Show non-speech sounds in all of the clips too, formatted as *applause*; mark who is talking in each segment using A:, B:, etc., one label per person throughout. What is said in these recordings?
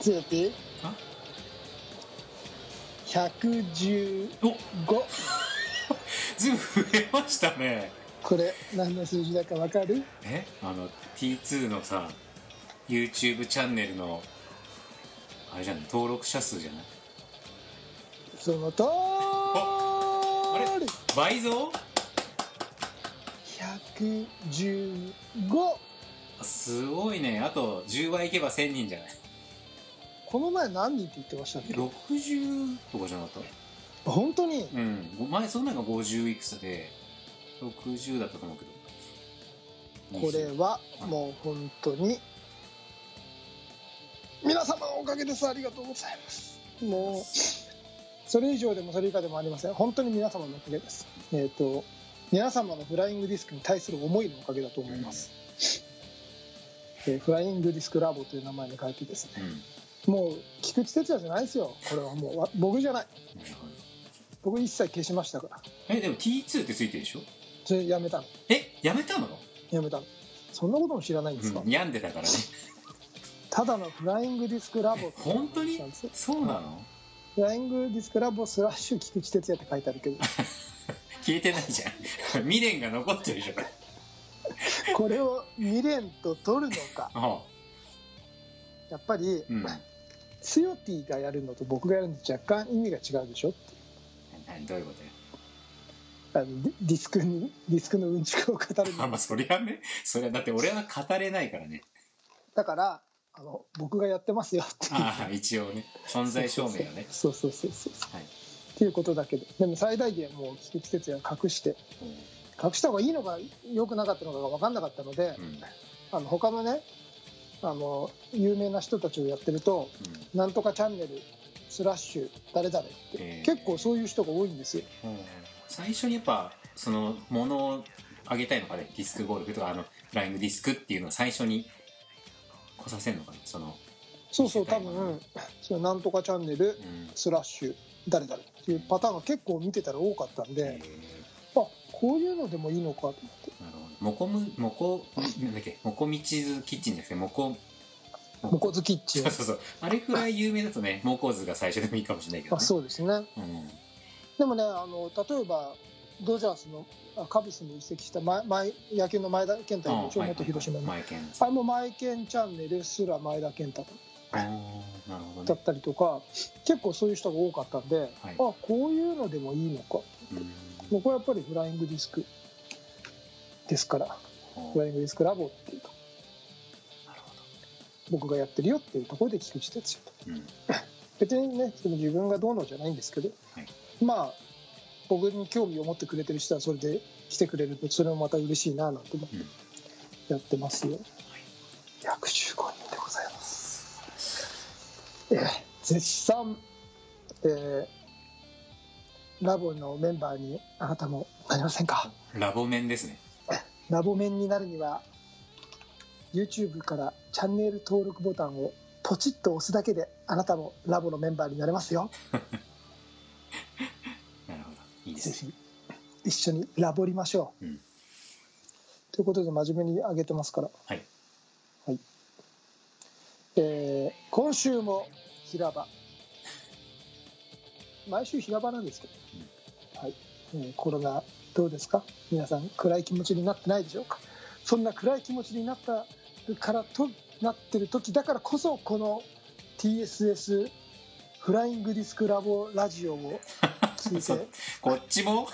A: ちょっと待って
B: あ
A: 115
B: おずいぶん増えましたね
A: これ何の数字だかわかる
B: えあの T2 のさ YouTube チャンネルのあれじゃない登録者数じゃない
A: そのと
B: あれ
A: ーり
B: 倍増
A: 115
B: すごいねあと10倍いけば1000人じゃない
A: この前何人って言ってましたっけ
B: 60とかじゃなかっ
A: 本当に
B: たうん前その前が50いくつで60だったと思うけど
A: これはもう本当に皆様のおかげですありがとうございますもうそれ以上でもそれ以下でもありません本当に皆様のおかげですえっ、と皆様のフライングディスクに対する思いのおかげだと思います、えーフライングディスクラボという名前に変えてですね
B: うん
A: もう菊池哲也じゃないですよこれはもうわ僕じゃない
B: なるほど
A: 僕一切消しましたから
B: えでも T2 ってついてるでしょ
A: それやめたの
B: えやめたの
A: やめたのそんなことも知らないんですか、
B: うん病んでたからね
A: ただのフライングディスクラボって
B: 本当に
A: なんですよ
B: そうなの
A: フライングディスクラボスラッシュ菊池哲也って書いてある
B: *laughs*
A: けど
B: 消えてないじゃん *laughs* 未練が残ってるでしょこれ
A: これを2連と取るのか
B: あ
A: やっぱり、
B: うん
A: ツヨティがやるのと僕がやるのと若干意味が違うでしょって
B: 何どういうことや
A: あのディディスクにディスクのうんちくを語る
B: あ
A: の
B: まあそりゃねそれはだって俺は語れないからね
A: だからあの僕がやってますよっていう
B: ああ *laughs* 一応ね存在証明をね
A: そうそうそうそうそう
B: はい
A: っていうことだけどでも最大限もう菊池哲也は隠して隠した方がいいのか良くなかったのかが分かんなかったので、
B: うんうん
A: あの他のねあの有名な人たちをやってると「なんとかチャンネルスラッシュ誰々」って、
B: えー
A: 結構そういう人が多いんですよ
B: うん最初にやっぱそのものをあげたいのかねディスクゴルフとかあのフライングディスクっていうのを最初に来させるのかなその
A: そうそう多
B: う
A: 分そのなんとかチャンネル
B: うん
A: スラッシュ誰々っていうパターンが結構見てたら多かったん
B: え
A: で、
B: ー
A: あこういうのでもいいのかと思って
B: なるほど。もこむ、もこ、なんだっけ、もこみちずキッチンじゃなくて、もこ、
A: 「モコズキッチン
B: そうそうそう。あれくらい有名だとね、もこずが最初でもいいかもしれないけ」ど、
A: あ
B: ね。
A: そうですね
B: うん。
A: でもねあの例えばドジャースのあカブスに移籍した前前野球の前田健太
B: あ
A: 一応元広島の
B: マイケン。
A: あれも「マイケンチャンネル」すら前田健太
B: あーなるほ
A: だ
B: ど
A: っ
B: ね。
A: たりとか結構そういう人が多かったんで、あこういうのでもいいのか
B: うん
A: 僕はやっぱりフライングディスクですからフライングディスクラボっていうか
B: なるほど
A: 僕がやってるよっていうところで菊池哲也と
B: うん
A: 別にねその自分がどうのじゃないんですけど、
B: はい
A: まあ僕に興味を持ってくれてる人はそれで来てくれるとそれもまた嬉しいななんて思って
B: うん
A: やってますよ、115人でございますえー絶賛、えーラボのメンバーにあなたもなりませんか
B: ラボ面ですね。
A: ラボ面になるには YouTube からチャンネル登録ボタンをポチッと押すだけであなたもラボのメンバーになれますよ
B: なるほど。いいで
A: ぜ
B: すね。
A: ひ一緒にラボりましょう、
B: うん
A: ということで真面目に上げてますから
B: はい。
A: はいえー今週も平場毎週平場なんですけど、はいえーコロナどうですか皆さん暗い気持ちになってないでしょうかそんな暗い気持ちになったからとなってる時だからこそこの TSS フライングディスクラボラジオを聞い
B: *laughs* そ
A: て
B: こっちも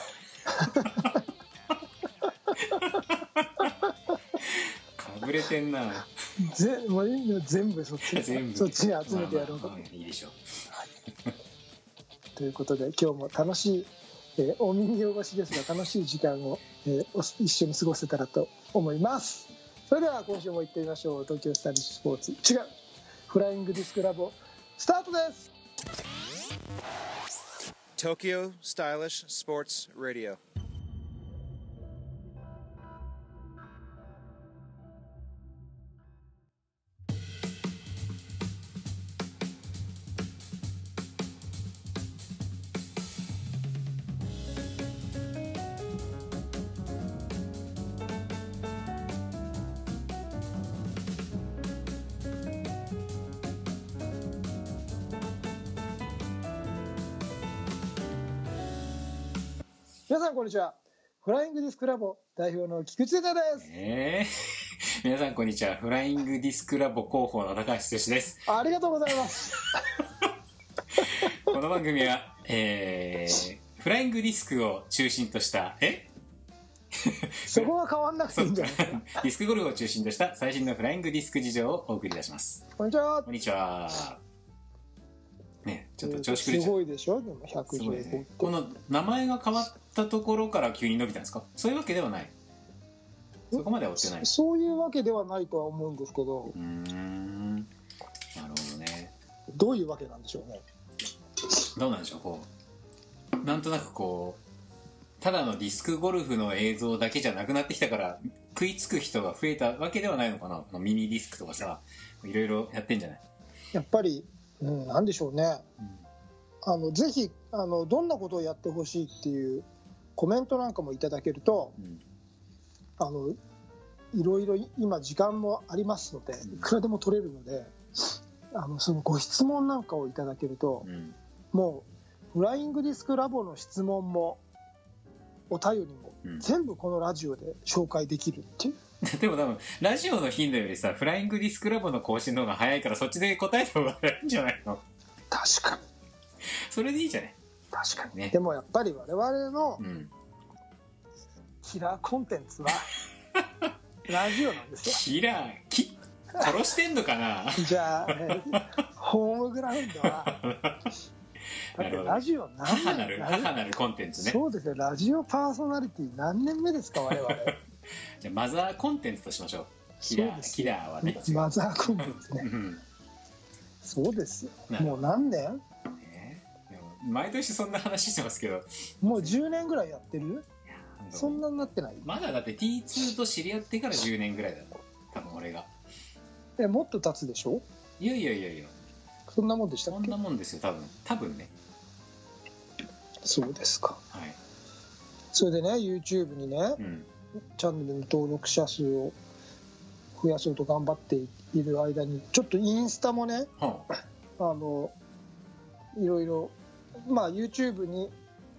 B: かぶれてんな。
A: ぜもう今全部そっち
B: 全
A: に
B: 部。
A: そっちに集めてやろうと
B: まあまあまあいいでしょう。
A: ということで今日も楽しい、えーお耳汚しですが楽しい時間を、えーお一緒に過ごせたらと思いますそれでは今週も行ってみましょう東京スタジスポーツ違うフライングディスクラボスタートです
C: Tokyo Stylish Sports Radio.
D: 「
A: 皆さんこんにちはフライングディスクラボ代表の菊池哲也です
B: えー、 *laughs* 皆さんこんにちは。フライングディスクラボ広報の高橋剛です。
A: ありがとうございます
B: この番組は、えー、フライングディスクを中心とした、え *laughs*
A: そこは変わんなくて
B: そ
A: いい
B: っ
A: んじ
B: か
A: ゃ
B: *laughs*
A: ない。
B: ディスクゴルフを中心とした最新のフライングディスク事情をお送りいたします。
A: こんにちは
B: こんにちは。ね、ちょっと調子
A: す
B: 狂っちゃっ
A: ごいでしょでも
B: た。すごいです
A: 115
B: ね。この名前が変わったところから急に伸びたんですかそういうわけではない。そこまでは追ってない。
A: そそういうわけではないとは思うんですけど
B: うーん。なるほどね。
A: どういうわけなんでしょうね
B: どうなんでしょうこうなんとなくこうただのディスクゴルフの映像だけじゃなくなってきたから食いつく人が増えたわけではないのかなこのミニディスクとかさいろいろやってんじゃない、
A: やっぱり、うん、なんでしょうねあのぜひあのどんなことをやってほしいっていうコメントなんかもいただけると
B: うん
A: あのいろいろ今時間もありますので
B: うん
A: いくらでも取れるのであのそのご質問なんかをいただけると
B: うん *laughs*
A: もうフライングディスクラボの質問もお便りも
B: うん
A: 全部このラジオで紹介できるっていう
B: でも多分ラジオの頻度よりさフライングディスクラボの更新の方が早いからそっちで答えた方が早いんじゃないの
A: 確かに
B: それでいいじゃない
A: 確かに
B: ね
A: でもやっぱり我々の
B: うん
A: キラーコンテンツ
B: *laughs*
A: はラジオなんですよ
B: キラーき殺してんのかな
A: じゃあ、ね、ホームグラウンド
B: *laughs*
A: は、だっ
B: なる
A: て
B: ほど
A: ラジオ何
B: 母 *laughs*
A: 年
B: なる
A: 何
B: 母なるコンテンツね
A: そうですね、ラジオパーソナリティ何年目ですか、我々。
B: じゃあマザーコンテンツとしましょう *laughs* キラ
A: そう
B: ー
A: です
B: キラーはね違う
A: マザーコンテンツ
B: う
A: ね。
B: ん
A: そうですよ
B: な。るほ
A: もう何年
B: ねでも毎年そんな話してますけど
A: もう10年ぐらいやってるそんなになってない
B: まだだって T2 と知り合ってから10年ぐらいだよ多分俺が
A: え、もっと経つでしょ
B: いやいやいやいや
A: そんなもんでした
B: そ
A: っ
B: ん
A: け
B: なもんですよ多分多分ね
A: そうですか。
B: はい
A: それでね、YouTube にね、
B: うん
A: チャンネルの登録者数を増やそうと頑張っている間に、ちょっとインスタもね、
B: はあ
A: あのいろいろ、まあ、YouTube に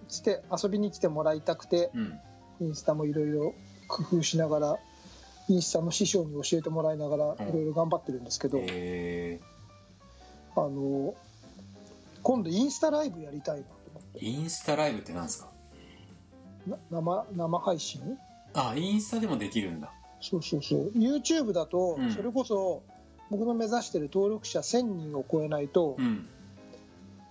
A: 来て遊びに来てもらいたくて
B: うん
A: インスタもいろいろ工夫しながらインスタの師匠に教えてもらいなが
B: う
A: ら
B: ん
A: いろいろ頑張ってるんですけど、
B: え
A: あの今度インスタライブやりたいなと思っ
B: ー、インスタライブってなんですか
A: てな生生配信
B: あインスタでもできるんだ
A: そうそうそう YouTube だと
B: うん
A: それこそ僕の目指してる登録者1000人を超えないと
B: うん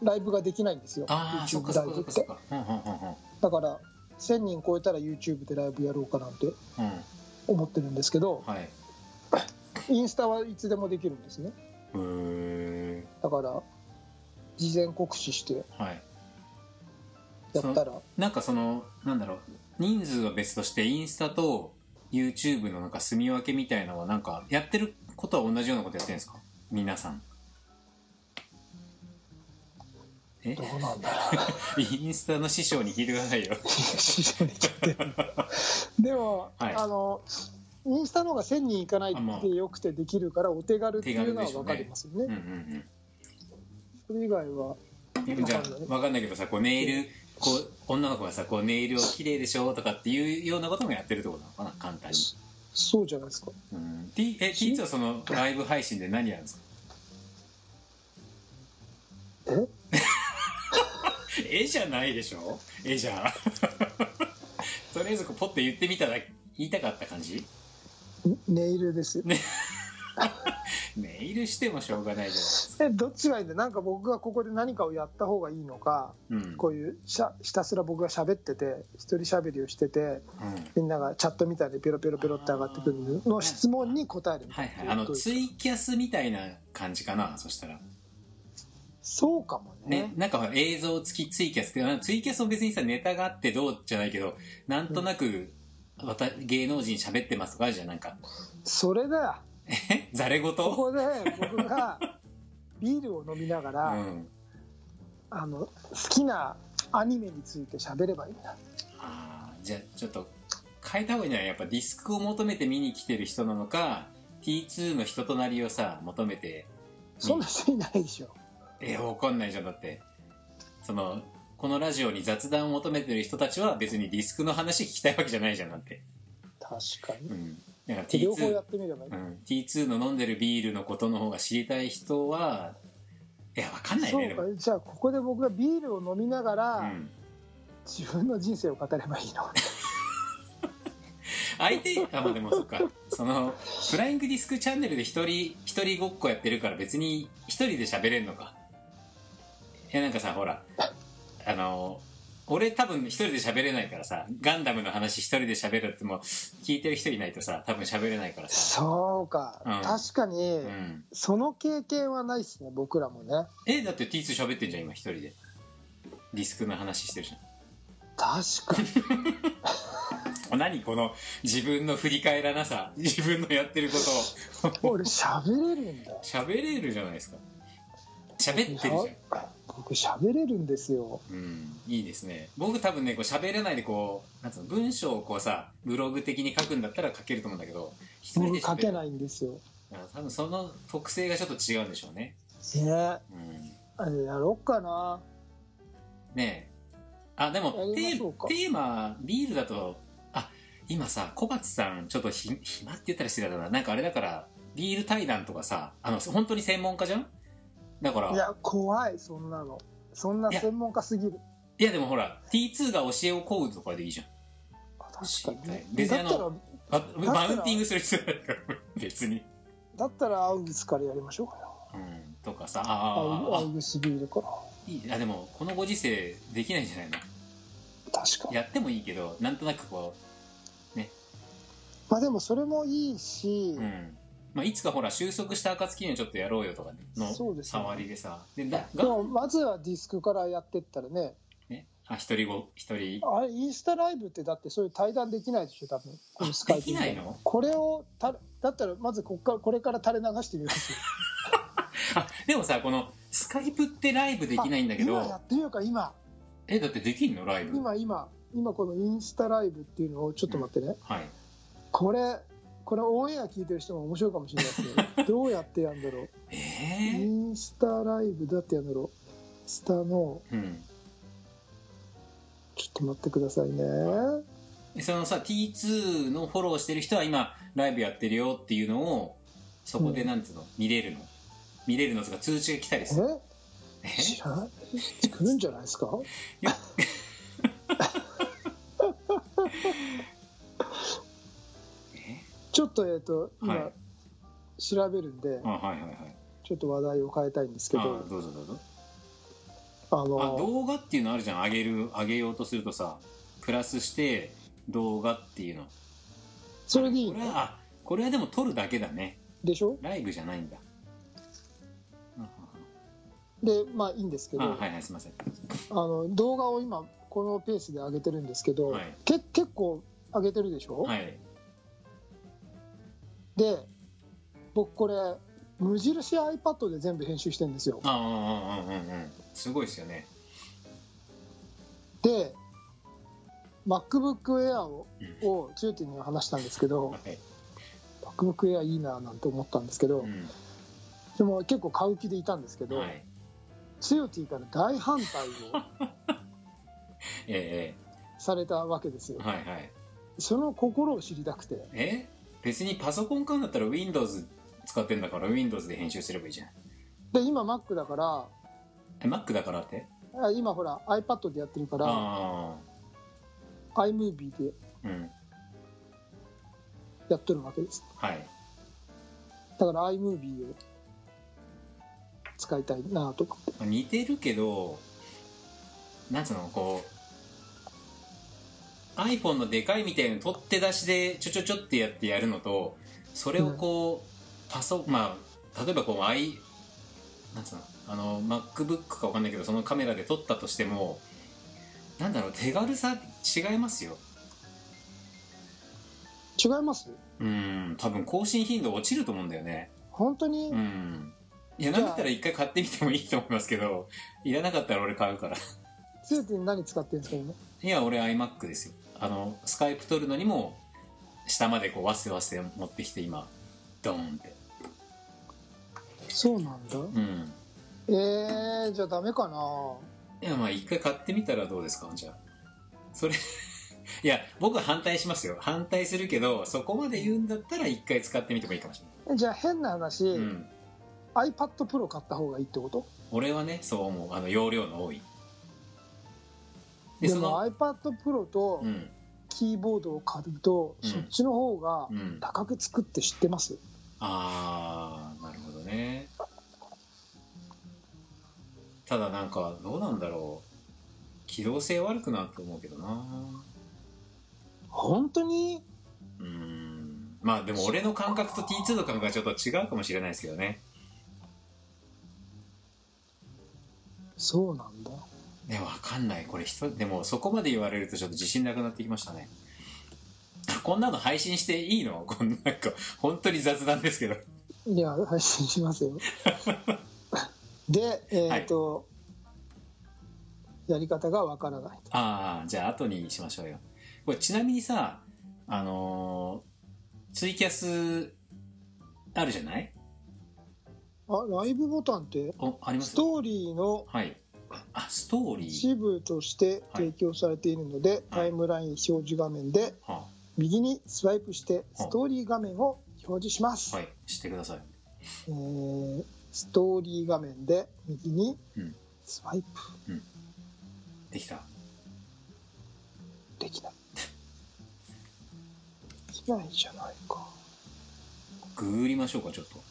A: ライブができないんですよ、
B: ああそっ
A: YouTube
B: かそ
A: ライ
B: っか
A: ブ
B: そ
A: っ
B: っかそってかうんうんうん
A: だから1000人超えたら YouTube でライブやろうかなんて
B: うんうん
A: 思ってるんですけど
B: はいへ
A: インスタはいつでもできるんですね
B: え
A: だから事前告知して
B: はい
A: やったら
B: なんかその、なんだろう、人数は別として、インスタと YouTube のなんか住み分けみたいのは、なんか、やってることは同じようなことやってるんですか皆さん。え
A: どうなんだろう
B: インスタの師匠に聞いてくださ *laughs* いよ。
A: *laughs* 非常に聞
B: *laughs*
A: いてるでも、
B: はい
A: あのインスタの方が1000人いかない
B: あまあ
A: ってよくてできるからお手軽っていうのは分かりますよね
B: うんうん
A: それ以外は
B: うん。じゃあ、わかんないけどさ、こうネイル、こう、女の子がさ、こうネイルを綺麗でしょとかっていうようなこともやってるってことなのかな簡単に。
A: そうじゃないですか
B: うん。T、え、T2 はその、ライブ配信で何やるんですか
A: え
B: *laughs* 絵じゃないでしょ絵じゃん *laughs* とりあえずこうポッと言ってみただ言いたかった感じ
A: ネイルですよ、
B: ネイルしてもしょうがないじ
A: えどっちがいいんだなんか僕がここで何かをやった方がいいのか
B: ゃないですか
A: こういうしゃひたすら僕が喋ってて一人喋りをしてて
B: うん、うん、
A: みんながチャットみたいでペロペロペロって上がってくるのの質問に答えるみた
B: はいい
A: な
B: はいあの
A: どういう
B: ツイキャスみたいな感じかなそしたら
A: そうかも
B: ね
A: ね
B: なんかほら映像付きツイキャスってあのツイキャスも別にさネタがあってどうじゃないけどなんとなく、わた芸能人喋ってますとかあるじゃんなんか
A: それだよ
B: ざれ言
A: ここ
B: *laughs*
A: で僕がビールを飲みなが
B: う
A: ら、
B: ん
A: あの好きなアニメについて喋ればいいんだ
B: あーじゃあちょっと変えた方がいいんじゃないやっぱディスクを求めて見に来てる人なのか T2 の人となりをさ求めて
A: そんな人いないでしょ
B: えー、わかんないじゃんだってそのこのラジオに雑談を求めてる人たちは別にディスクの話聞きたいわけじゃないじゃんなんて。
A: 確か
B: う
A: に、
B: ん。だから
A: 両方や
B: T2
A: っ、てみればいい、
B: うん、T2 の飲んでるビールのことの方が知りたい人は、いや、わかんない
A: そ
B: ね、
A: う
B: で
A: か
B: も。
A: じゃあここで僕がビールを飲みながら、
B: うん。
A: 自分の人生を語ればいい
B: *laughs*
A: の
B: 相手、あ、まあでもそっか。その、フライングディスクチャンネルで一人、一人ごっこやってるから別に一人で喋れんのか。いや、なんかさ、ほら、あの、俺多分一人で喋れないからさ、ガンダムの話一人で喋るっても、聞いてる人いないとさ、多分喋れないからさ。
A: そうか、
B: うん
A: 確かに、
B: うん。
A: その経験はないですね僕らもね
B: え、だって T2 喋ってんじゃん、今一人で。ディスクの話してるじ
A: 確かに
B: *laughs* ゃん。何この自分の振り返らなさ、自分のやってることを。
A: 俺喋れるんだ
B: 喋れるじゃないですか。喋ってるじゃん。
A: 僕喋れるんですよ
B: うん、いいですね。僕多分ね、こう喋れないでこう、なんつうの、文章をこうさ、ブログ的に書くんだったら書けると思うんだけど、一人
A: 僕
B: で喋
A: 書
B: る
A: けないんですよ
B: だから多分その特性がちょっと違うんでしょうね。
A: ね
B: うん。
A: あれやろうかな
B: ねえ。あ、でも
A: や、
B: テ
A: りましょう
B: ー
A: か
B: テーマ、ビールだと、あ、今さ、小松さん、ちょっとひ暇って言ったら失礼だな。なんかあれだから、ビール対談とかさ、あの、本当に専門家じゃんだから、
A: いや怖いそんなのそんない
B: や
A: 専門家すぎる
B: いやでもほら、T2 が教えを請うとかでいいじゃん。
A: あ確かに
B: 別に
A: だっ
B: あの
A: たら
B: あ
A: ら
B: マウンティングする必要ないから、別に。
A: だったらアウグスからやりましょうかよ
B: うんとかさ、
A: アウア
B: あーあ
A: ウグスビールから
B: いいあ、でも、このご時世、できないんじゃないの
A: 確かに
B: やってもいいけど、なんとなくこ
A: まあでもそれもいいし、
B: う、うん。まあ、いつかほら、収束した暁にはちょっとやろうよとかね、の
A: そうですね
B: 触りでさ。で、だ
A: で
B: が、
A: もまずはディスクからやってったらね
B: ね、あ、一人ご、一人、
A: あれインスタライブってだってそういう対談できないでしょ多分このスカイプ
B: できないの
A: これをただったらまずこっからこれから垂れ流してみますよ
B: あ、でもさ、この、スカイプってライブできないんだけ
A: あ今や
B: ど
A: っ、てみようか今
B: え、だってできんのライブ。
A: 今今今このインスタライブっていうのをちょっと待ってね、
B: はい。
A: これこれオンエア聞いてる人も面白いかもしれないですけどど
B: *laughs*
A: うやってやるんだろう
B: え
A: イ
B: ー
A: ンスタライブどうやってやるんだろうスタの
B: うん。
A: ちょっと待ってくださいね
B: えそのさ、T2 のフォローしてる人は今、ライブやってるよっていうのを、そこでなんつうの、見れるの見れるのとか通知が来たりする。
A: え
B: え
A: 知らない来るんじゃないですか *laughs*
B: よえ
A: ちょっとえっ、と今、
B: はい
A: 調べるんで
B: あはいはいはい
A: ちょっと話題を変えたいんですけ
B: あ
A: ど
B: どうぞどうぞ
A: あの
B: あ動画っていうのあるじゃん上げる上げようとするとさプラスして動画っていうの
A: それでいい
B: これ
A: の
B: はあこれはでも撮るだけだね
A: でしょ
B: ライブじゃないんだあ
A: でまあいいんですけ
B: あ
A: ど
B: はいはいすいません
A: あの動画を今このペースで上げてるんですけど、
B: はい
A: け結構上げてるでしょ、
B: はい
A: で僕これ無印 iPad で全部編集してるんですよ
B: ああうんうんうんうんすごいですよね
A: で MacBookAir を
B: う
A: をチューティングが話したんですけど
B: はい、
A: MacBookAir いいなぁなんて思ったんですけど、
B: う
A: でも結構買う気でいたんですけ
B: ん、
A: ど、
B: はい
A: チューティから大反対を
B: え
A: されたわけです
B: え
A: よ
B: ええはいはい
A: その心を知りたくて
B: え別にパソコン買うんだったら Windows 使ってんだから Windows で編集すればいいじゃん
A: で今 Mac だか
B: え Mac だからって
A: らあ今ほら iPad でやってるから
B: あ
A: iMovie で
B: あうん
A: やっとるわけです
B: はい
A: だから iMovie を使いたいなぁとか
B: まあ似てるけどなんつうのこう iPhone のでかいみたいな取って出しでちょちょちょってやってやるのとそれをこう、パソまあ例えばこう i なんつうのあの MacBook かわかんないけどそのカメラで撮ったとしてもなんだろう手軽さ違いますよ
A: 違います
B: うん多分更新頻度落ちると思うんだよね
A: 本当に、
B: うんいや
A: じ
B: な
A: ゃあ
B: んだったら一回買ってみてもいいと思いますけどいらなかったら俺買うから
A: チューティ何使ってるんですかね
B: いや俺 iMac ですよあのスカイプ撮るのにも下までこうわせわせ持ってきて今ドーンって
A: そうなんだ
B: うん
A: えー、じゃあダメかなぁ
B: いや、まあ一回買ってみたらどうですか、じゃあ。それ、 *laughs* いや、僕は反対しますよ。反対するけど、そこまで言うんだったら一回使ってみてもいいかもし
A: じゃあ変な話、
B: れない。うん。
A: iPad Pro 買った方がいいってこと
B: 俺はね、そう思う。あの、容量の多い。
A: で
B: で、
A: も
B: その、
A: iPad Pro と
B: うん。
A: キーボードを買うと、
B: うん
A: そっちの方が
B: うん。
A: 高くつくって知ってます、
B: あー、なるほどね。ただなんか、どうなんだろう。機動性悪くなって思うけどな。
A: 本当に
B: うーん。まあでも俺の感覚と T2 の感覚はちょっと違うかもしれないですけどね。
A: そうなんだ
B: ね、わかんない。これ人、でもそこまで言われるとちょっと自信なくなってきましたね。こんなの配信していいのこんな、なんか、本当に雑談ですけど。
A: いや配信します
B: *laughs*
A: よでえっ、と、やり方がわからないと
B: ああ、じゃあ後にしましょうよ。これちなみにさ、あのーツイキャス、あるじゃない
A: あライブボタンって
B: お、ありま
A: ス
B: す
A: トーリーの
B: はい。あ、ストーリー。
A: 一部として提供されているので、タイムライン表示画面で
B: は
A: 右にスワイプしてストーリー画面を表示します、
B: あはい、してください。
A: えーストーリー画面で右に
B: うん
A: スワイプ
B: できた。
A: できない、できないじゃないか
B: ググりましょうか、ちょっと。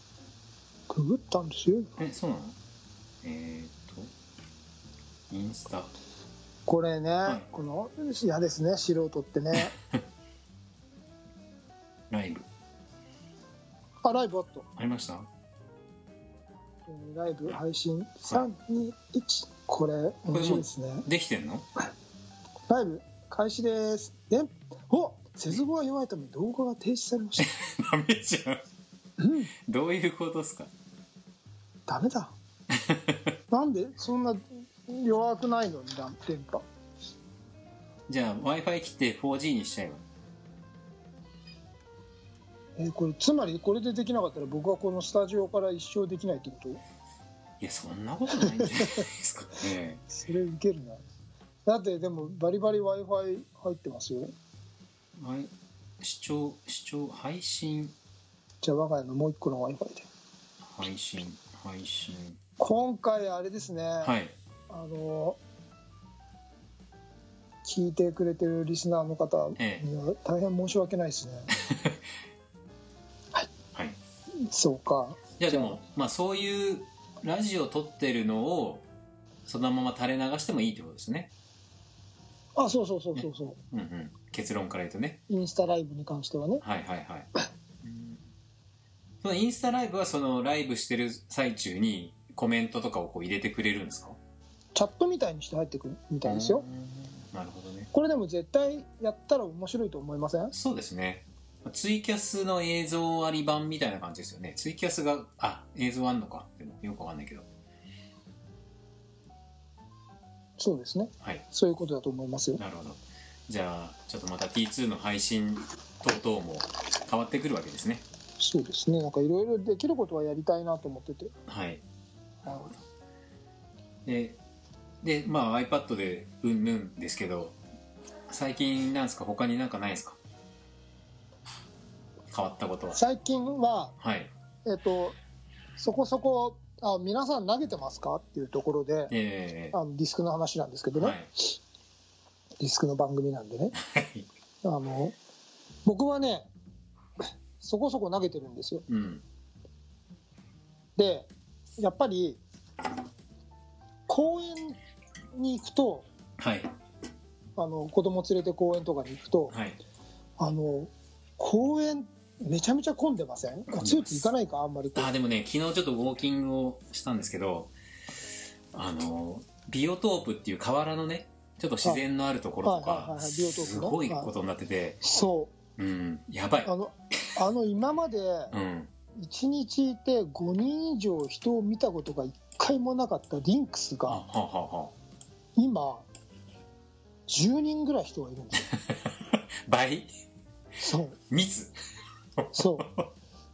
A: ググったんですよ
B: え、そうなのえー、っと、インスタ。
A: これね、
B: い
A: この嫌ですね素人って
B: *laughs*
A: ね
B: ライブ。
A: あライブあった
B: ありました
A: えーライブ配信321、これ面白いですね
B: できてんの *laughs*
A: ライブ開始ですでお接続が弱いため動画が停止されまし
B: *laughs* ダメじゃん。
A: た、うん、
B: どういうことですか
A: ダメ
B: *laughs*
A: だなんでそんな弱くないのにだ電波
B: じゃあ Wi-Fi 切って 4G にしちゃえば。
A: えーこれつまりこれでできなかったら僕はこのスタジオから一生できないってこと
B: いや、そんなことないんじゃないで
A: *laughs*
B: すかね。
A: それウケるなだってでもバリバリ w i f i 入ってますよ
B: はい視聴、視聴、配信、
A: じゃあ我が家のもう一個の w i f i で
B: 配信、配信。
A: 今回あれですね、
B: はい。
A: あの聞いてくれてるリスナーの方
B: え
A: には大変申し訳ないですね
B: はい。
A: そうか
B: じゃあでも、まあそういうラジオ撮ってるのを、そのまま垂れ流してもいいってことですね。
A: あそうそうそうそうそう
B: うんうん。結論から言うとね。
A: インスタライブに関してはね
B: はいはいはい。うんそのインスタライブはそのライブしてる最中にコメントとかをこう入れてくれるんですか
A: チャットみたいにして入ってくるみたいですよ、
B: うんなるほどね。
A: これでも絶対やったら面白いと思いません
B: そうですね。ツイキャスの映像あり版みたいな感じですよね。ツイキャスが、あ、映像あんのか。でもよくわかんないけど。
A: そうですね
B: はい。
A: そういうことだと思いますよ
B: なるほど。じゃあ、ちょっとまた T2 の配信等々も変わってくるわけですね。
A: そうですねなんかいろいろできることはやりたいなと思ってて
B: はい。なるほど。で、で、まあ iPad でうんぬんですけど、最近なんですか他になんかないですか変わったことは。
A: 最近は
B: はい。
A: えっ、とそこそこあ皆さん投げてますかっていうところで
B: え
A: あのディスクの話なんですけど
B: ー、
A: ね、
B: はい。
A: ディスクの番組なんでね
B: はい。
A: あの僕はねそこそこ投げてるんですよ
B: うん。
A: でやっぱり公園に行くと
B: はい。
A: あの子供連れて公園とかに行くと
B: はい。
A: あの公園めちゃめちゃ混んでません
B: でます
A: ついて行かないかあんまりこう
B: あーでもね昨日ちょっとウォーキングをしたんですけどあのビオトープっていう河原のねちょっと自然のあるところと
A: はいはいはい
B: か
A: はいビオトープね
B: すごいことになってて、
A: そ
B: うんやばいう
A: あのあの今まで
B: うん
A: 1日いて5人以上人を見たことが1回もなかったリンクス
B: あは
A: が
B: あはあはあ
A: 今10人ぐらい人がいるんですよ
B: 倍
A: そう
B: 密
A: そう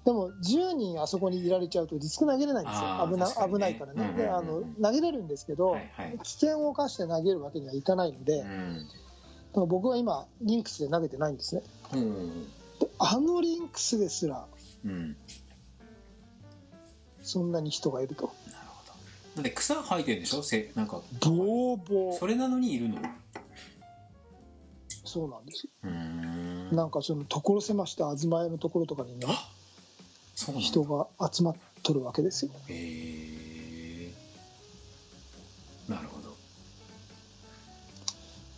A: でも10人あそこにいられちゃうとディスク投げれないんです
B: あ
A: よ、
B: ー
A: 危な
B: 確かにね
A: 危ないからね、
B: うん
A: であの、投げれるんですけど、
B: はいはい
A: 危険を冒して投げるわけにはいかないので、だから僕は今、リンクスで投げてないんですね、
B: うんうん
A: であのリンクスですら、
B: うん
A: そんなに人がいると、
B: なるほどだって草生えてるんでしょせなんか
A: ボーボ
B: そ
A: ー、
B: れなのにいるの
A: そうなんです、
B: うーん
A: なんかその所狭しと東屋のところとかにね、
B: あそうなんだ
A: 人が集まっとるわけですよ、
B: へえなるほど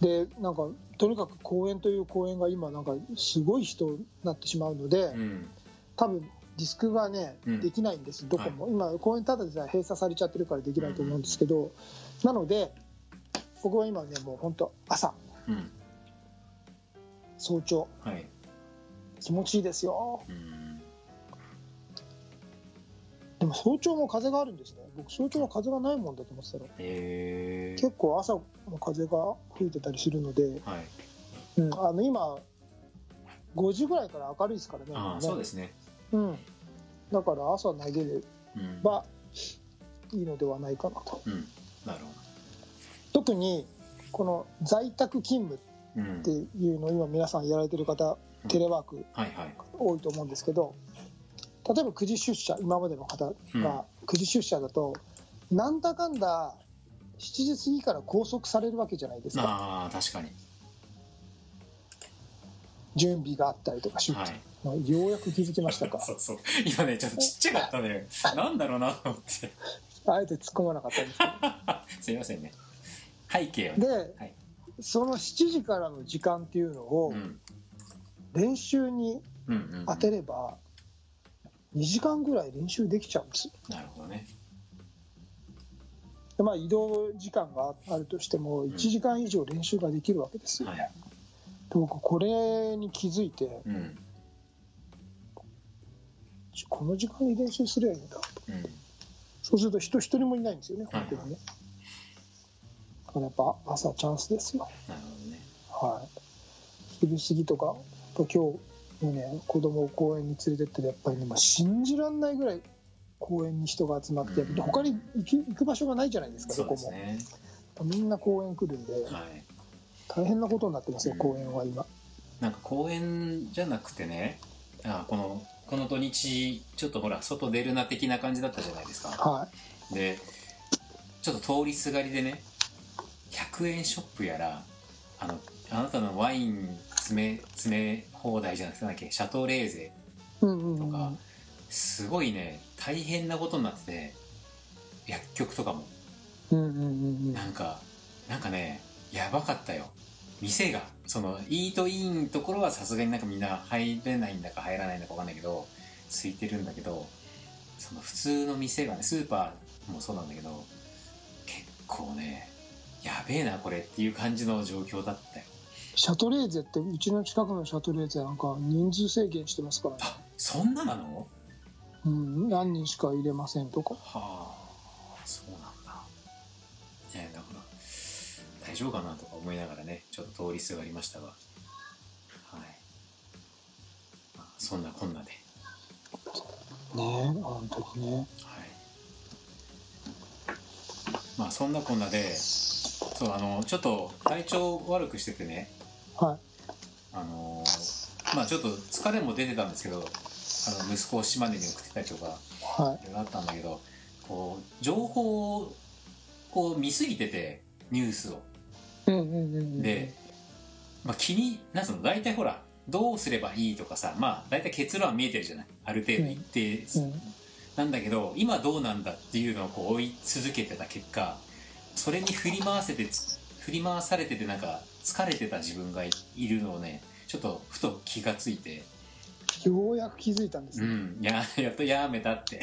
A: でなんかとにかく公園という公園が今、なんかすごい人になってしまうので。
B: うん
A: 多分ディスクがね、
B: うん
A: できないんです、どこも、今、公園ただでさえ閉鎖されちゃってるからできないと思うんですけど、なので、僕は今ね、もう本当、朝、
B: うん
A: 早朝、
B: はい
A: 気持ちいいですよ、
B: うん
A: でも早朝も風があるんですね、僕、早朝は風がないもんだと思ってたら、
B: へえ
A: 結構朝も風が吹いてたりするので、
B: はい
A: うん、あの今、5時ぐらいから明るいですからね、
B: あ
A: も
B: あ
A: う
B: そうで
A: ね
B: すね
A: うん、だから朝投げれ
B: うん
A: ばいいのではないかなと。
B: うんなるほ
A: 特にこの在宅勤務
B: どうん
A: っていうのを今皆さんやられてる方テレワーク
B: はいはい
A: 多いと思うんですけど例えば9時出社今までの方
B: うん
A: が9時出社だとなんだかんだ7時過ぎから拘束されるわけじゃないですか
B: ああ確かに
A: 準備があったりとか出
B: は
A: 張
B: い
A: ようやく気づきましたか
B: そうそう今ねちょっとちっちゃかっ
A: *laughs*
B: たねなんだろうなと思って *laughs*
A: あえて突っ込まなかったんですけ
B: すいませんね背景をね
A: どで
B: はい
A: その7時からの時間っていうの
B: う
A: を
B: ん
A: 練習に
B: うんうんうん
A: 当てれば2時間ぐらい練習できちゃうんです
B: なるほどね
A: でまあ、移動時間があるとしても1時間以上練習ができるわけですよ、
B: はい
A: で僕これに気づいて
B: うん
A: この時間に練習すればいいんだ
B: うん
A: そうすると人一人もいないんですよね
B: はい
A: 本当にね、だからやっぱ朝チャンスですよ
B: なるほどね
A: はい昼過ぎとかやっぱ今日もね子供を公園に連れてってやっぱりね、まあ、信じられないぐらい公園に人が集まって
B: うん
A: 他に行き行く場所がないじゃないですか
B: そ
A: ど
B: う
A: こ
B: です
A: も、
B: ね
A: みんな公園来るんで
B: はい
A: 大変なことになってますよ
B: うん
A: 公園は今
B: なんか公園じゃなくてねあこのこの土日ちょっとほら外出るな的な感じだったじゃないですか
A: はい
B: でちょっと通りすがりでね100円ショップやらあのあなたのワイン詰め詰め放題じゃなくてなんだっけシャトーレーゼ
A: うんうん
B: と
A: うん
B: か
A: は
B: すごいね大変なことになってて薬局とかも
A: いうんうんうんうん
B: なんかなんかねやばかったよ店がそのイートインところはさすがになんかみんな入れないんだか入らないんだかわかんないけど空いてるんだけどその普通の店がねスーパーもそうなんだけど結構ねやべえなこれっていう感じの状況だったよ
A: シャトレーゼってうちの近くのシャトレーゼなんか人数制限してますからね、
B: あそんななの
A: うん、何人しか入れませんとか
B: はあそうなんだねだから大丈夫かなとか思いながらねちょっと通りすがりましたがはい、まあ、そんなこんなで
A: ねえ本当にね
B: はいまあそんなこんなでそうあのちょっと体調悪くしててね
A: は
B: あのまあちょっと疲れも出てたんですけどあの息子を島根に送ってたりとか
A: いはい
B: ろいろあったんだけどこう情報をこう見すぎててニュースを
A: いうんうんうんうん
B: で、まあ、気になんつうの大体ほらどうすればいいとかさまあ大体結論は見えてるじゃないある程度一定、
A: うん
B: なんだけど今どうなんだっていうのをこう追い続けてた結果それに振り回せてつ振り回されててなんか疲れてた自分がいいるのをねちょっとふと気がついて
A: ようやく気づいたんです
B: う
A: よ、
B: んややっとやめたって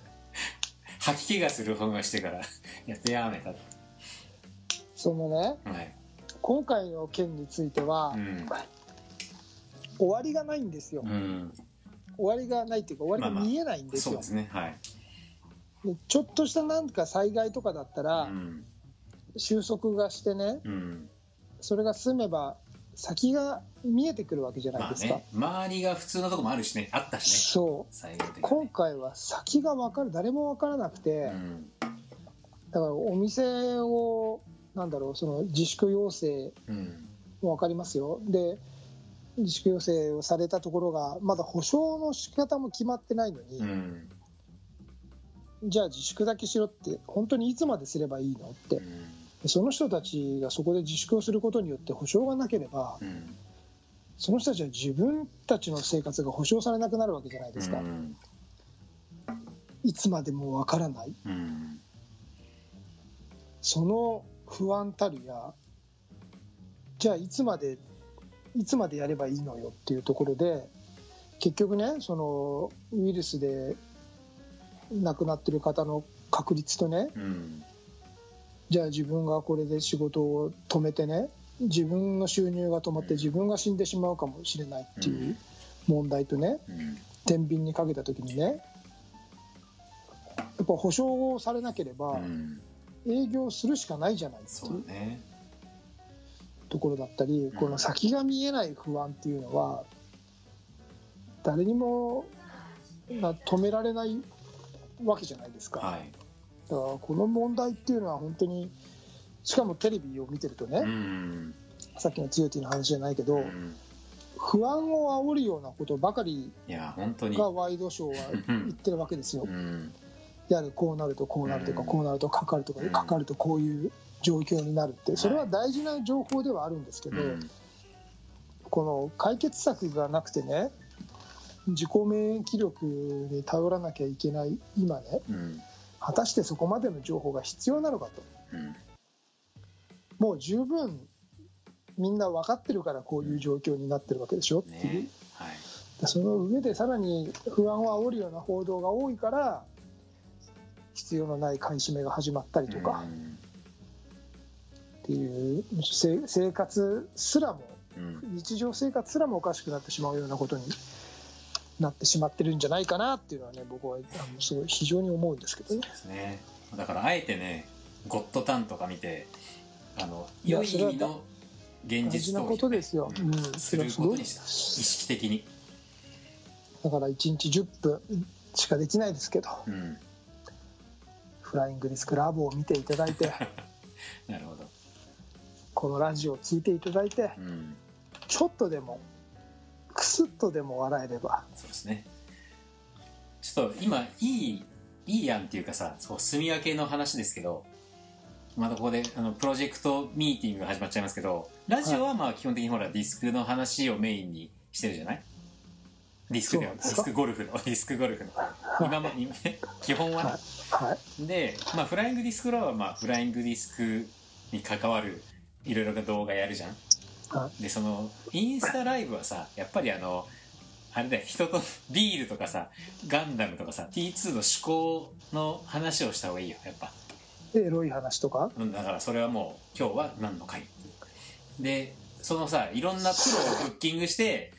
B: *laughs* 吐き気がする方がしてからやっとやめたって
A: そのね
B: はい、
A: 今回の件については、
B: うん
A: 終わりがないんですよ、
B: うん、
A: 終わりがないっていうか終わり
B: まあ
A: が
B: まあ
A: 見えないんです
B: そう
A: よ、
B: ですねはい、
A: でちょっとしたなんか災害とかだった
B: う
A: ら、
B: ん
A: 収束がしてね
B: うん
A: それが済めば先が見えてくるわけじゃない
B: ま
A: で
B: あ
A: すか、
B: ね、周りが普通のとこもあるしね、あったしね、
A: そ
B: 最後的
A: う
B: に
A: 今
B: ね。
A: 回は先が分かる誰も分からなくて、
B: うん
A: だからお店をなんだろうその自粛要請
B: うん
A: も分かりますよで自粛要請をされたところがまだ補償の仕方も決まってないのに、
B: うん
A: じゃあ自粛だけしろって本当にいつまですればいいのってでその人たちがそこで自粛をすることによって保証がなければ
B: うん
A: その人たちは自分たちの生活が保証されなくなるわけじゃないですか、
B: うん
A: いつまでもわからない
B: うん
A: その不安たるやじゃあいつまでいつまでやればいいのよっていうところで結局ねそのウイルスで亡くなってる方の確率とね
B: うん
A: じゃあ自分がこれで仕事を止めてね自分の収入が止まって自分が死んでしまうかもしれないっていう問題とね
B: うん
A: 天秤にかけた時にねやっぱ保証をされなけれ
B: う
A: ば
B: ん
A: 営業するしかないじゃないって
B: そ
A: いう
B: うだね。
A: ところだったり
B: ん
A: この先が見えない不安っていうのは誰にもな止められないわけじゃないですかだか
B: はい。
A: らこの問題っていうのは本当にしかもテレビを見てるとね、
B: うん
A: さっきの強気の話じゃないけど、
B: うん
A: 不安を煽るようなことばかり
B: いや、本当に。
A: がワイドショーは
B: うん
A: 言ってるわけですよ、
B: うん
A: やるこうなるとこうなるとか、
B: うん
A: こうなるとかかるとか、
B: うん
A: かかるとこういう状況になるって、それは
B: はい
A: 大事な情報ではあるんですけ
B: う
A: ど、
B: ん
A: この解決策がなくてね、自己免疫力に頼らなきゃいけない今ね、
B: うん
A: 果たしてそこまでの情報が必要なのかと、
B: うん
A: もう十分みんな分かってるから、こういう状況になってるわけでしょっていう
B: ね。はい。
A: でその上でさらに不安を煽るような報道が多いから必要のない買い占めが始まったりとか
B: うん
A: っていうせ生活すらも
B: うん
A: 日常生活すらもおかしくなってしまうようなことになってしまってるんじゃないかなっていうのはね僕はあのすごい非常に思うんですけどね
B: ですね。だから、あえてね、ゴッドタンとか見て、あの、
A: いや
B: 良い意味の現
A: 大
B: 実
A: 事な
B: 逃避
A: ことですよ、
B: う
A: うんん、
B: す
A: それ
B: る
A: はす
B: こと
A: ごい
B: に
A: で
B: した。意
A: す
B: 識的に。
A: だから1日10分しかできないですけど
B: うん。
A: フライングディスクラボを見ていただい
B: *laughs*
A: て
B: なるほど。
A: このラジオを聞いていただいて
B: うん。
A: ちょっとでもクスッとでも笑えれば
B: そうですね。ちょっと今、いい、いいやんっていうかさ、そう、住み分けの話ですけど、またここで、あの、プロジェクトミーティングが始まっちゃいますけど、ラジオはまあ基本的にほら、ディスクの話をメインにしてるじゃないディスクでは、
A: そうなん
B: デ
A: で
B: ィ
A: すか
B: スクゴルフの、ディスクゴルフの。今も、今 *laughs* ね、基本はね、
A: はい
B: で、まあ、フライングディスクローは、まあ、フライングディスクに関わるいろいろな動画やるじゃん、
A: は
B: でそのインスタライブはさやっぱりあのあれだよ人とビールとかさガンダムとかさ T2 の趣向の話をした方がいいよやっぱ
A: エロい話とか
B: うんだからそれはもう今日は何の回でそのさいろんなプロをブッキングして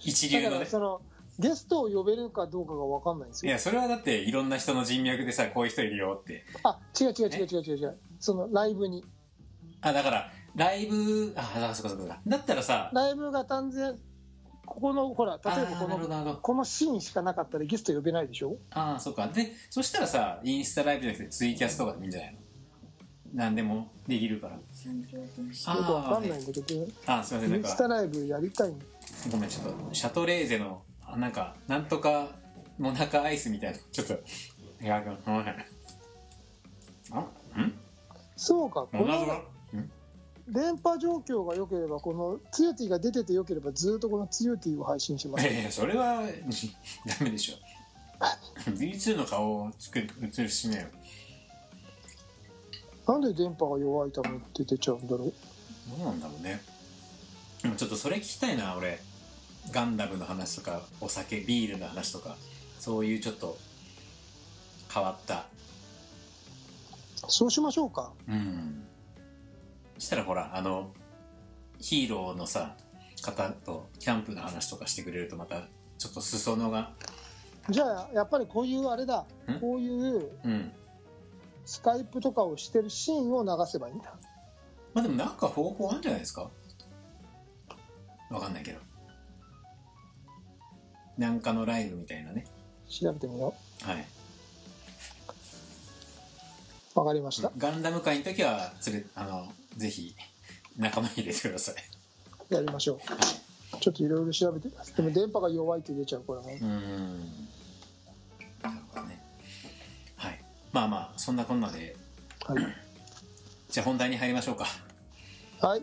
B: 一
A: だ
B: 流
A: か
B: のね
A: らそのゲストを呼べるかどうかが分かんないんです
B: い
A: よ
B: やそれはだっていろんな人の人脈でさこういう人いるよって
A: あ違う違う違う違う違う違うそのライブに
B: あだからライブあだからそうかそうかそうかだったらさ
A: ライブが完全ここのほら例えばこ
B: あーなるほど
A: の
B: なるほど
A: このシーンしかなかったらゲスト呼べないでしょ
B: ああそうかでそしたらさインスタライブじゃなくてツイキャスとかでもいいんじゃないの何でもできるから
A: よく分かんな
B: あ
A: いんだけどイ
B: あーすいませんなん
A: ンスタ
B: か
A: ライブやりたい
B: ごめんちょっとシャトレーゼのあなんかなんとかモナカアイスみたいなちょっといやごめんごめんあん
A: そうかこ
B: モナ
A: の
B: カ
A: 電波状況が良ければこのツヨティが出てて良ければずっとこのツヨティを配信しま
B: い
A: す
B: やいやそれは *laughs* ダメでしょ B2 の顔をつく映るしね
A: なんで電波が弱いためって出ちゃうんだろう
B: どうなんだろうねでもちょっとそれ聞きたいな俺ガンダムの話とかお酒ビールの話とかそういうちょっと変わった
A: そうしましょうか
B: うんしたらほらあのヒーローのさ方とキャンプの話とかしてくれるとまたちょっと裾野が
A: じゃあやっぱりこういうあれだ
B: ん
A: こういう
B: うん
A: スカイプとかをしてるシーンを流せばいいんだ
B: まあでもなんか方法あるんじゃないですかわかんないけど。なんかのライブみたいなね。
A: 調べてみよ
B: はい。
A: うわかりました、
B: ガンダム会の時は、連れ、あの、ぜひ、仲間に入れてください。
A: やりましょうちょっといろいろ調べてみますでも電波が弱いって出ちゃうこれも
B: うーん。なるほどね。はい。まあまあ、そんなこんなで、
A: はい、
B: じゃあ本題に入りましょうか。
A: はい、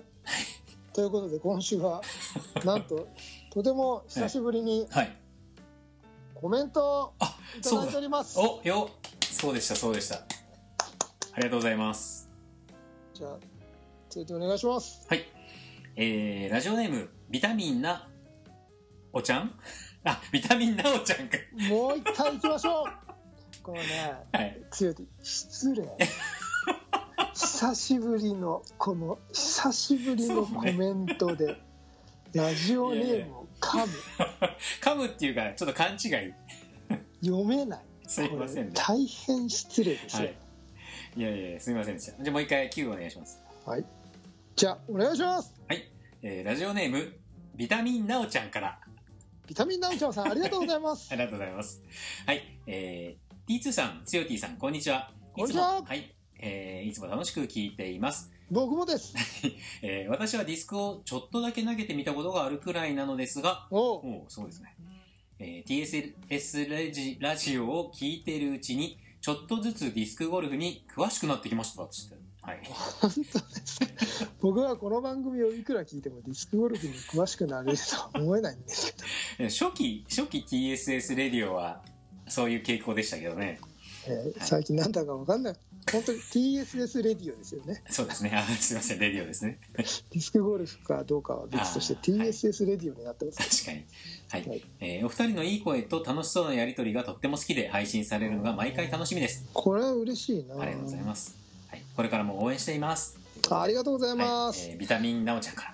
A: ということで今週はなんととても久しぶりに
B: はい。
A: コメントを
B: あ、
A: いた
B: そ
A: だ
B: う
A: いてお
B: だ。
A: ります
B: お、よ。そうでした、そうでした。ありがとうございます。
A: じゃあ続いてお願いします
B: はい。えー、ラジオネーム、ビタミンな、おちゃん *laughs* あ、ビタミンなおちゃんか。
A: もう一回いきましょうこのね
B: はい。 *laughs*
A: 強いと失礼久しぶりのこの久しぶりのコメントで、ラジオネームを噛む
B: 噛むっていうか、ちょっと勘違い。
A: 読めない
B: すいませんね
A: これ。大変失礼です
B: は
A: よ
B: い。いやいや、すみませんでした。じゃあもう一回 Q お願いします。
A: はい、じゃあお願いします
B: はい。えー、ラジオネーム、ビタミンなおちゃんから。
A: ビタミンナウチャオさんありがとうございます
B: ありがとうございます。はい。えー、T2 さん、つよ T さん、こんにちは。いつも
A: こんにちは
B: はい。えー、いつも楽しく聞いています。
A: 僕もです
B: えー私はディスクをちょっとだけ投げてみたことがあるくらいなのですが、
A: おう
B: おうそうですね。えー TSS レジラジオを聞いてるうちに、ちょっとずつディスクゴルフに詳しくなってきました。つってはい。
A: 本当です僕はこの番組をいくら聞いてもディスクゴルフに詳しくなれるとは思えないんです
B: えー初期、初期 TSS レディオは、そういう傾向でしたけどね。
A: けど、えー最近なんだかわかんない本当に TSS レディオですよね
B: そうですね。あすいません、レディオですね。
A: ディスクゴルフかどうかは別として
B: あーはい
A: TSS レディオになってます。
B: 確かに。はい。
A: はい
B: えーお二人のいい声と楽しそうなやりとりがとっても好きで配信されるのが毎回楽しみです。
A: これは嬉しいな。
B: ありがとうございます。はい。これからも応援しています。
A: あありがとうございま
B: はい
A: す。
B: えービタミンなおちゃんから。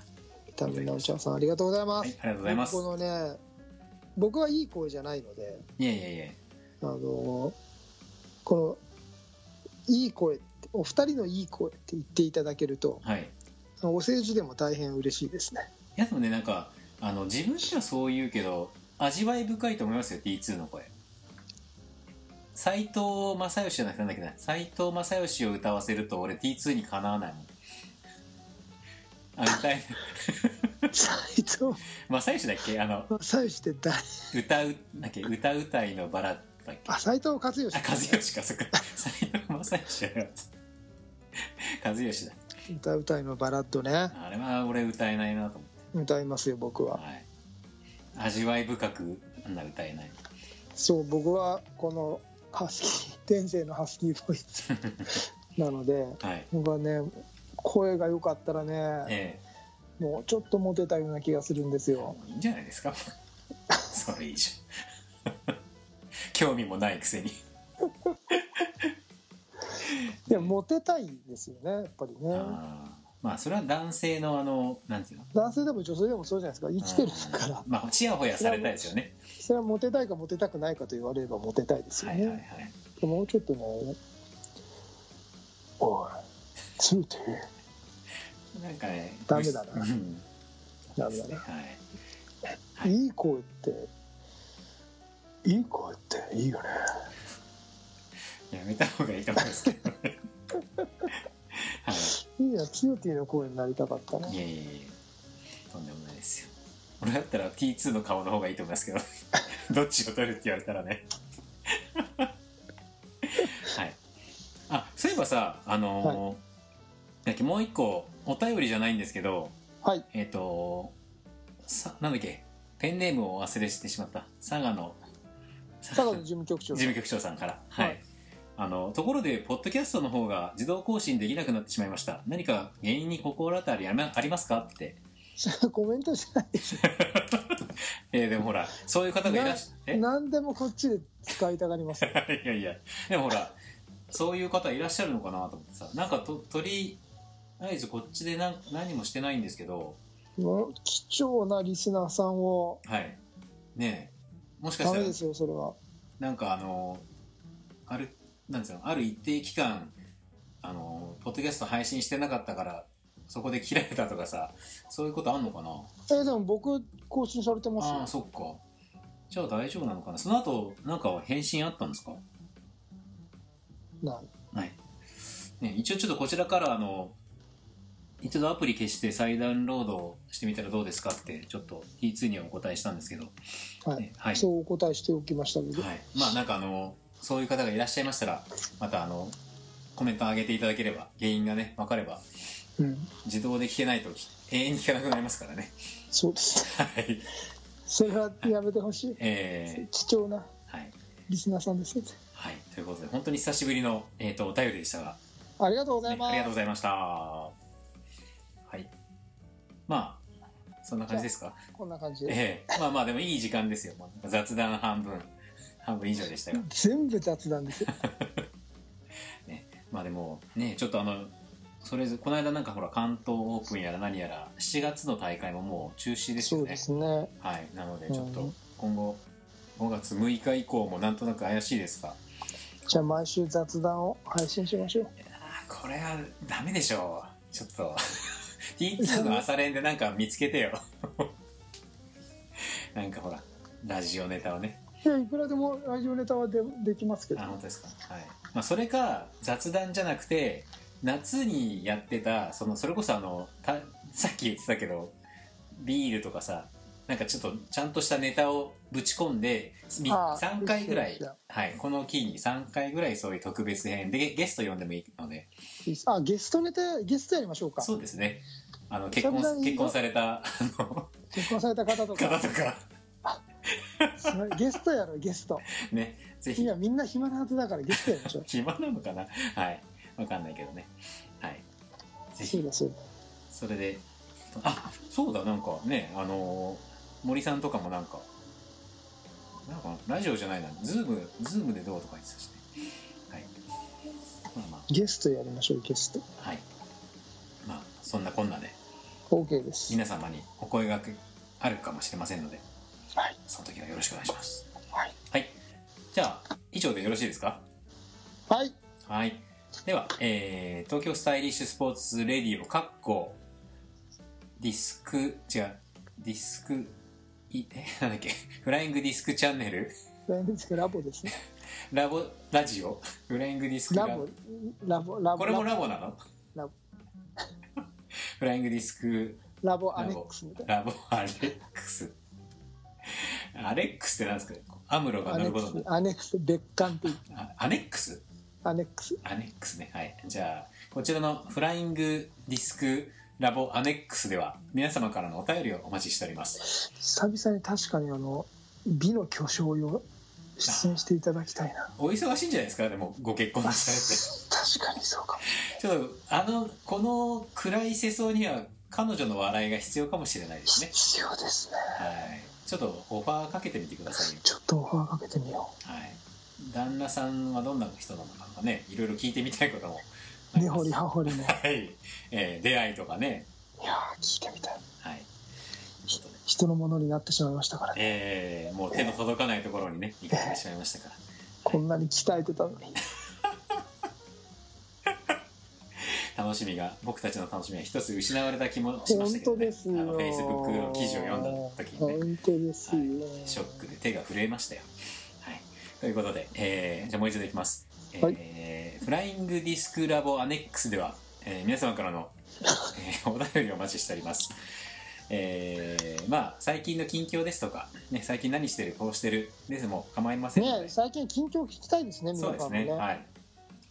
A: タミナウチャンさんありがとうございま
B: はい、あり
A: す。
B: がとうございます。
A: このね、僕はいい声じゃないので、
B: いやいやいや。
A: あのーこのいい声ってお二人のいい声って言っていただけると、
B: はい。い
A: お世辞でも大変嬉しい
B: *laughs*
A: ですね。
B: やでもね、なんか、あの、自分ではそう言うけど、味わい深いと思いますよ、T2 の声。斎藤正義じゃなくてなんだっけな。斎藤正義を歌わせると俺 T2 にかなわないもん。あ、歌え、
A: 斉藤
B: 正義だっけあの、
A: 正義って誰？
B: 歌う、なんだっけ、歌うたいのバラだっけ
A: あ斉藤勝義
B: あ、。和義か、そっか。斎藤正義じゃなかった。和義だ。
A: 歌うたいのバラッドね。
B: あれは俺歌えないなと思って。
A: 歌いますよ僕は。
B: はい、味わい深くあんな歌えない
A: そう僕はこのハスキー天性のハスキーボイ
B: *laughs*
A: スなので
B: はい
A: 僕はね声が良かったらね
B: え
A: もうちょっとモテたような気がするんです
B: え
A: よ
B: いいんじゃないですか *laughs* それ以上興味もないくせに
A: でもモテたいですよねやっぱりね
B: あーまあそれは男性のあのなんていうの
A: 男性でも女性でもそうじゃないですか生きてるんだから
B: うんまあちやほやされたいですよね
A: それはモテたいかモテたくないかと言われればモテたいですよ
B: はいはいはい
A: ねでももうちょっとねおいついて
B: なんかね
A: ダメだな
B: うん
A: ダメだね
B: はい
A: いい声っていい声っていいよね
B: やめた方がいいと思うんですけど
A: *laughs*
B: はい。
A: いいな、キューティーの声になりたかったない
B: やいやいやとんでもないですよ俺だったら T2 の顔の方がいいと思いますけど *laughs* どっちを取るって言われたらね *laughs* はいあそういえばさあのーなんだっけもう一個お便りじゃないんですけど
A: はい、
B: えっ、とさなんだっけペンネームを忘れしてしまった佐賀の
A: 佐賀の事務局長
B: 事務局長さんから。はい。
A: はい
B: あの、ところで、ポッドキャストの方が自動更新できなくなってしまいました。何か原因に心当たりありまありますかって。
A: *laughs* コメントしないです
B: えーでもほら、そういう方がいらっしゃ、えい
A: 何でもこっちで使いたがり
B: *laughs*
A: ますよ
B: や *laughs* いや、でもほら、そういう方いらっしゃるのかなと思ってさ、なんかと、とりあえずこっちで何何もしてないんですけど、
A: もう貴重なリスナーさんを
B: はい。ねえ、もしかし
A: ダ
B: た
A: メ
B: ら、
A: ですよそれは
B: なんかあの、ある、なんですよ、ある一定期間、あの、ポッドキャスト配信してなかったから、そこで切られたとかさそういうことあんのかな
A: えでも僕更新されてます
B: ああ
A: よ
B: ーそっかじゃあ大丈夫なのかなその後なんか返信あったんですか
A: ない
B: はい、ね、一応ちょっとこちらからあの一度アプリ消して再ダウンロードしてみたらどうですかってちょっと T2 にはお答えしたんですけど、
A: はい、
B: ねはい
A: そうお答えしておきましたけど、
B: はい、まあなんかあのそういう方がいらっしゃいましたらまたあのコメント上げていただければ原因がね分かれば
A: うん
B: 自動で聞けないとき永遠に聞かなくなりますからね *laughs*
A: そうです *laughs*
B: はい
A: それはやめてほしい
B: え
A: 貴重な
B: ー、はい、
A: リスナーさんですね
B: はい、ということで本当に久しぶりの、えー、とお便りでしたが
A: ありがとうござい
B: ね、
A: ま
B: あ
A: す、
B: りがとうございました。はい。まあ、そんな感じですか。
A: こんな感じで
B: ええまあまあ、でもいい時間ですよ。まあ雑談半分、 *laughs* 半分以上でしたよ。
A: 全部雑談ですよ
B: まあでも、ね、ちょっとあの、それぞれ、この間なんかほら、関東オープンやら何やら、7月の大会ももう中止です
A: そ
B: よ
A: う
B: ね
A: で。すね
B: はい。なので、ちょっ
A: う
B: と
A: ん、
B: 今後、5月6日以降もなんとなく怪しいですか。
A: じゃあ毎週雑談を配信しましょう
B: あーこれはダメでしょう。ちょっと。T2 の朝練でなんか見つけてよ。 *laughs* なんかほら、ラジオネタをね。
A: いやいくらでもラジオネタはでできますけど
B: あ、本当ですか。はい。まあ、それか、雑談じゃなくて、夏にやってた、その、それこそあの、たさっき言ってたけど、ビールとかさ、なんかちょっと、ちゃんとしたネタをぶち込んで、み
A: あー
B: 3回ぐらい
A: ぶち込んで、
B: はい、この期に3回ぐらいそういう特別編で、ゲゲスト呼んでもいいので、
A: あゲストネタゲストやりましょうか
B: そうですね。あの
A: 久
B: 結
A: 々に
B: 婚結婚されたあの
A: 結婚された方と
B: 方
A: か
B: とか
A: すごい *laughs* ゲストやろうゲスト
B: ね、ぜひ
A: 今みんな暇なはずだからゲストやりましょう
B: 暇なのかな、はい、わかんないけどね、はい、ぜ
A: そう
B: ひ
A: だそう
B: それで、あそうだなんかねあのー森さんとかもなんかなんかラジオじゃないな、ズームズームでどうとか言ってたしね、はい、まあま
A: だゲストやりましょうゲスト
B: あはい、まあそんなこんなで
A: OK です
B: 皆様にお声がけあるかもしれませんので、
A: はい
B: その時はよろしくお願いします。
A: はい、
B: はい。じゃあ、以上でよろしいですか
A: はい、
B: はい。では、えー、東京スタイリッシュスポーツレディオ、カッコ、ディスク、違う、ディスク、い、え、 *laughs* なんだっけ、フライングディスクチャンネル、 *laughs*
A: ライブですかラボですね。
B: ラボ、ラジオ、フライングディスク
A: ラボ、ラボ、ラボ、
B: これもラボなの
A: ラボ
B: *laughs* フライングディスク、
A: ラボアレックスみたいな。
B: ラボ、アレックス。アレックスってなんですかアムロが
A: アネ
B: 乗る
A: ッ
B: こ
A: ク
B: と
A: ス、アネックス、別館っていう、
B: あアネックス
A: アネックス。
B: アネックスね。はい。じゃあ、こちらのフライングディスクラボアネックスでは、皆様からのお便りをお待ちしております。
A: 久々に確かにあの、美の巨匠を出演していただきたいな。
B: お忙しいんじゃないですかでも、ご結婚
A: 確
B: さ
A: かにそうかも。
B: れて。ちょっと、あの、この暗い世相には、彼女の笑いが必要かもしれないですね。
A: 必要ですね。
B: はい。ちょっと、オファーかけてみてくださいよ。
A: ちょっとオファーかけてみよ
B: はい。旦那さんはどんな人なのかとかね、いろいろ聞いてみたいこともあ
A: う。
B: り
A: 根
B: ます。
A: 掘り葉掘りね。
B: はい。えー出会いとかね。
A: いやー、聞いてみたい。
B: はい。ちょっとね
A: 人のものになってしまいましたからね。
B: えーもう手の届かないところにね、行かれてしまいましたから。
A: こんなに鍛えてたの
B: *laughs*
A: に。
B: 楽しみが、僕たちの楽しみが一つ失われた気もしま
A: 本
B: したけど、
A: 当
B: ね、
A: ですよ。
B: あの、Facebook の記事を読んだ時にね、
A: 本当ですよ。
B: ショックで手が震えましたよ。はい。ということで、えーじゃあもう一度いきます。えー
A: は
B: フライングディスクラボアネックスでは、えー皆様からの、えーお便りをお待ちしております。えーまあ、最近の近況ですとか、ね、最近何してる、こうしてる、ですも構いませんので、
A: ね最近近況聞きたいですね皆さ
B: そうんで
A: も
B: す
A: ね
B: ね。はい。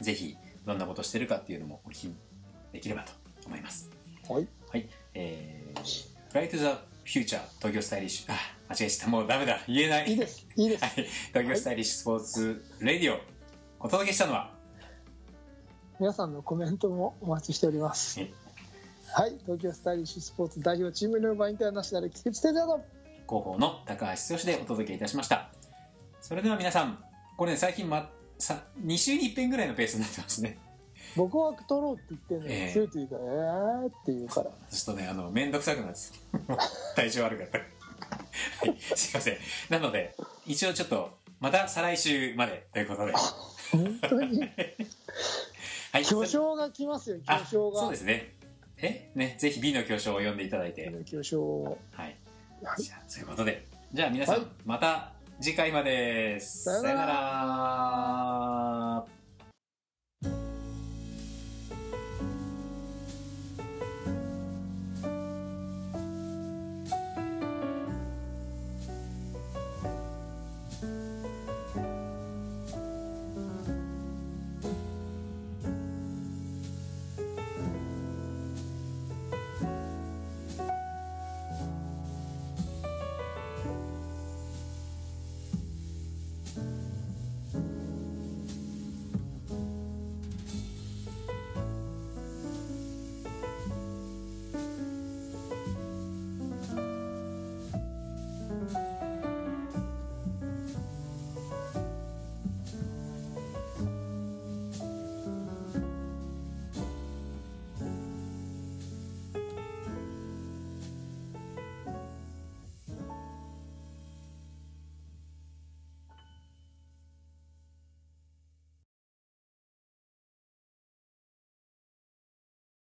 B: ぜひ、どんなことしてるかっていうのもお聞きできればと思います。
A: はい
B: はい。えー、Fly to the Future 東京スタイリッシュ、あ、間違えちゃった。もうダメだ。言えない。
A: いいですいいです、
B: はい。東京スタイリッシュスポーツレディオ、お届けしたのは、
A: 皆さんのコメントもお待ちしております
B: はい
A: はい東京スタイリッシュスポーツ代表チームルーバーインターナショナル菊池哲也の
B: 広報の高橋剛でお届けいたしました。それでは皆さん、これね、最近ま、さ2週に1遍ぐらいのペースになってますね。
A: 僕は取ろうって言ってんの
B: ええ
A: に強いというからえーって言うから
B: ちょっとね、あの、めんどくさくなって *laughs* た体調悪かった。はい、すいません。なので、一応ちょっと、また再来週までということで。は
A: 本当に
B: *laughs* い。
A: 巨匠が来ますよ巨
B: あ
A: 匠
B: そう
A: が
B: ですね。えね、ぜひ美の巨匠を読んでいただいて。
A: 野球賞を
B: はい。
A: はい
B: じゃあ、そういうことで。じゃあ皆さん、
A: はい
B: また次回までです。
A: さよなら
B: さよなら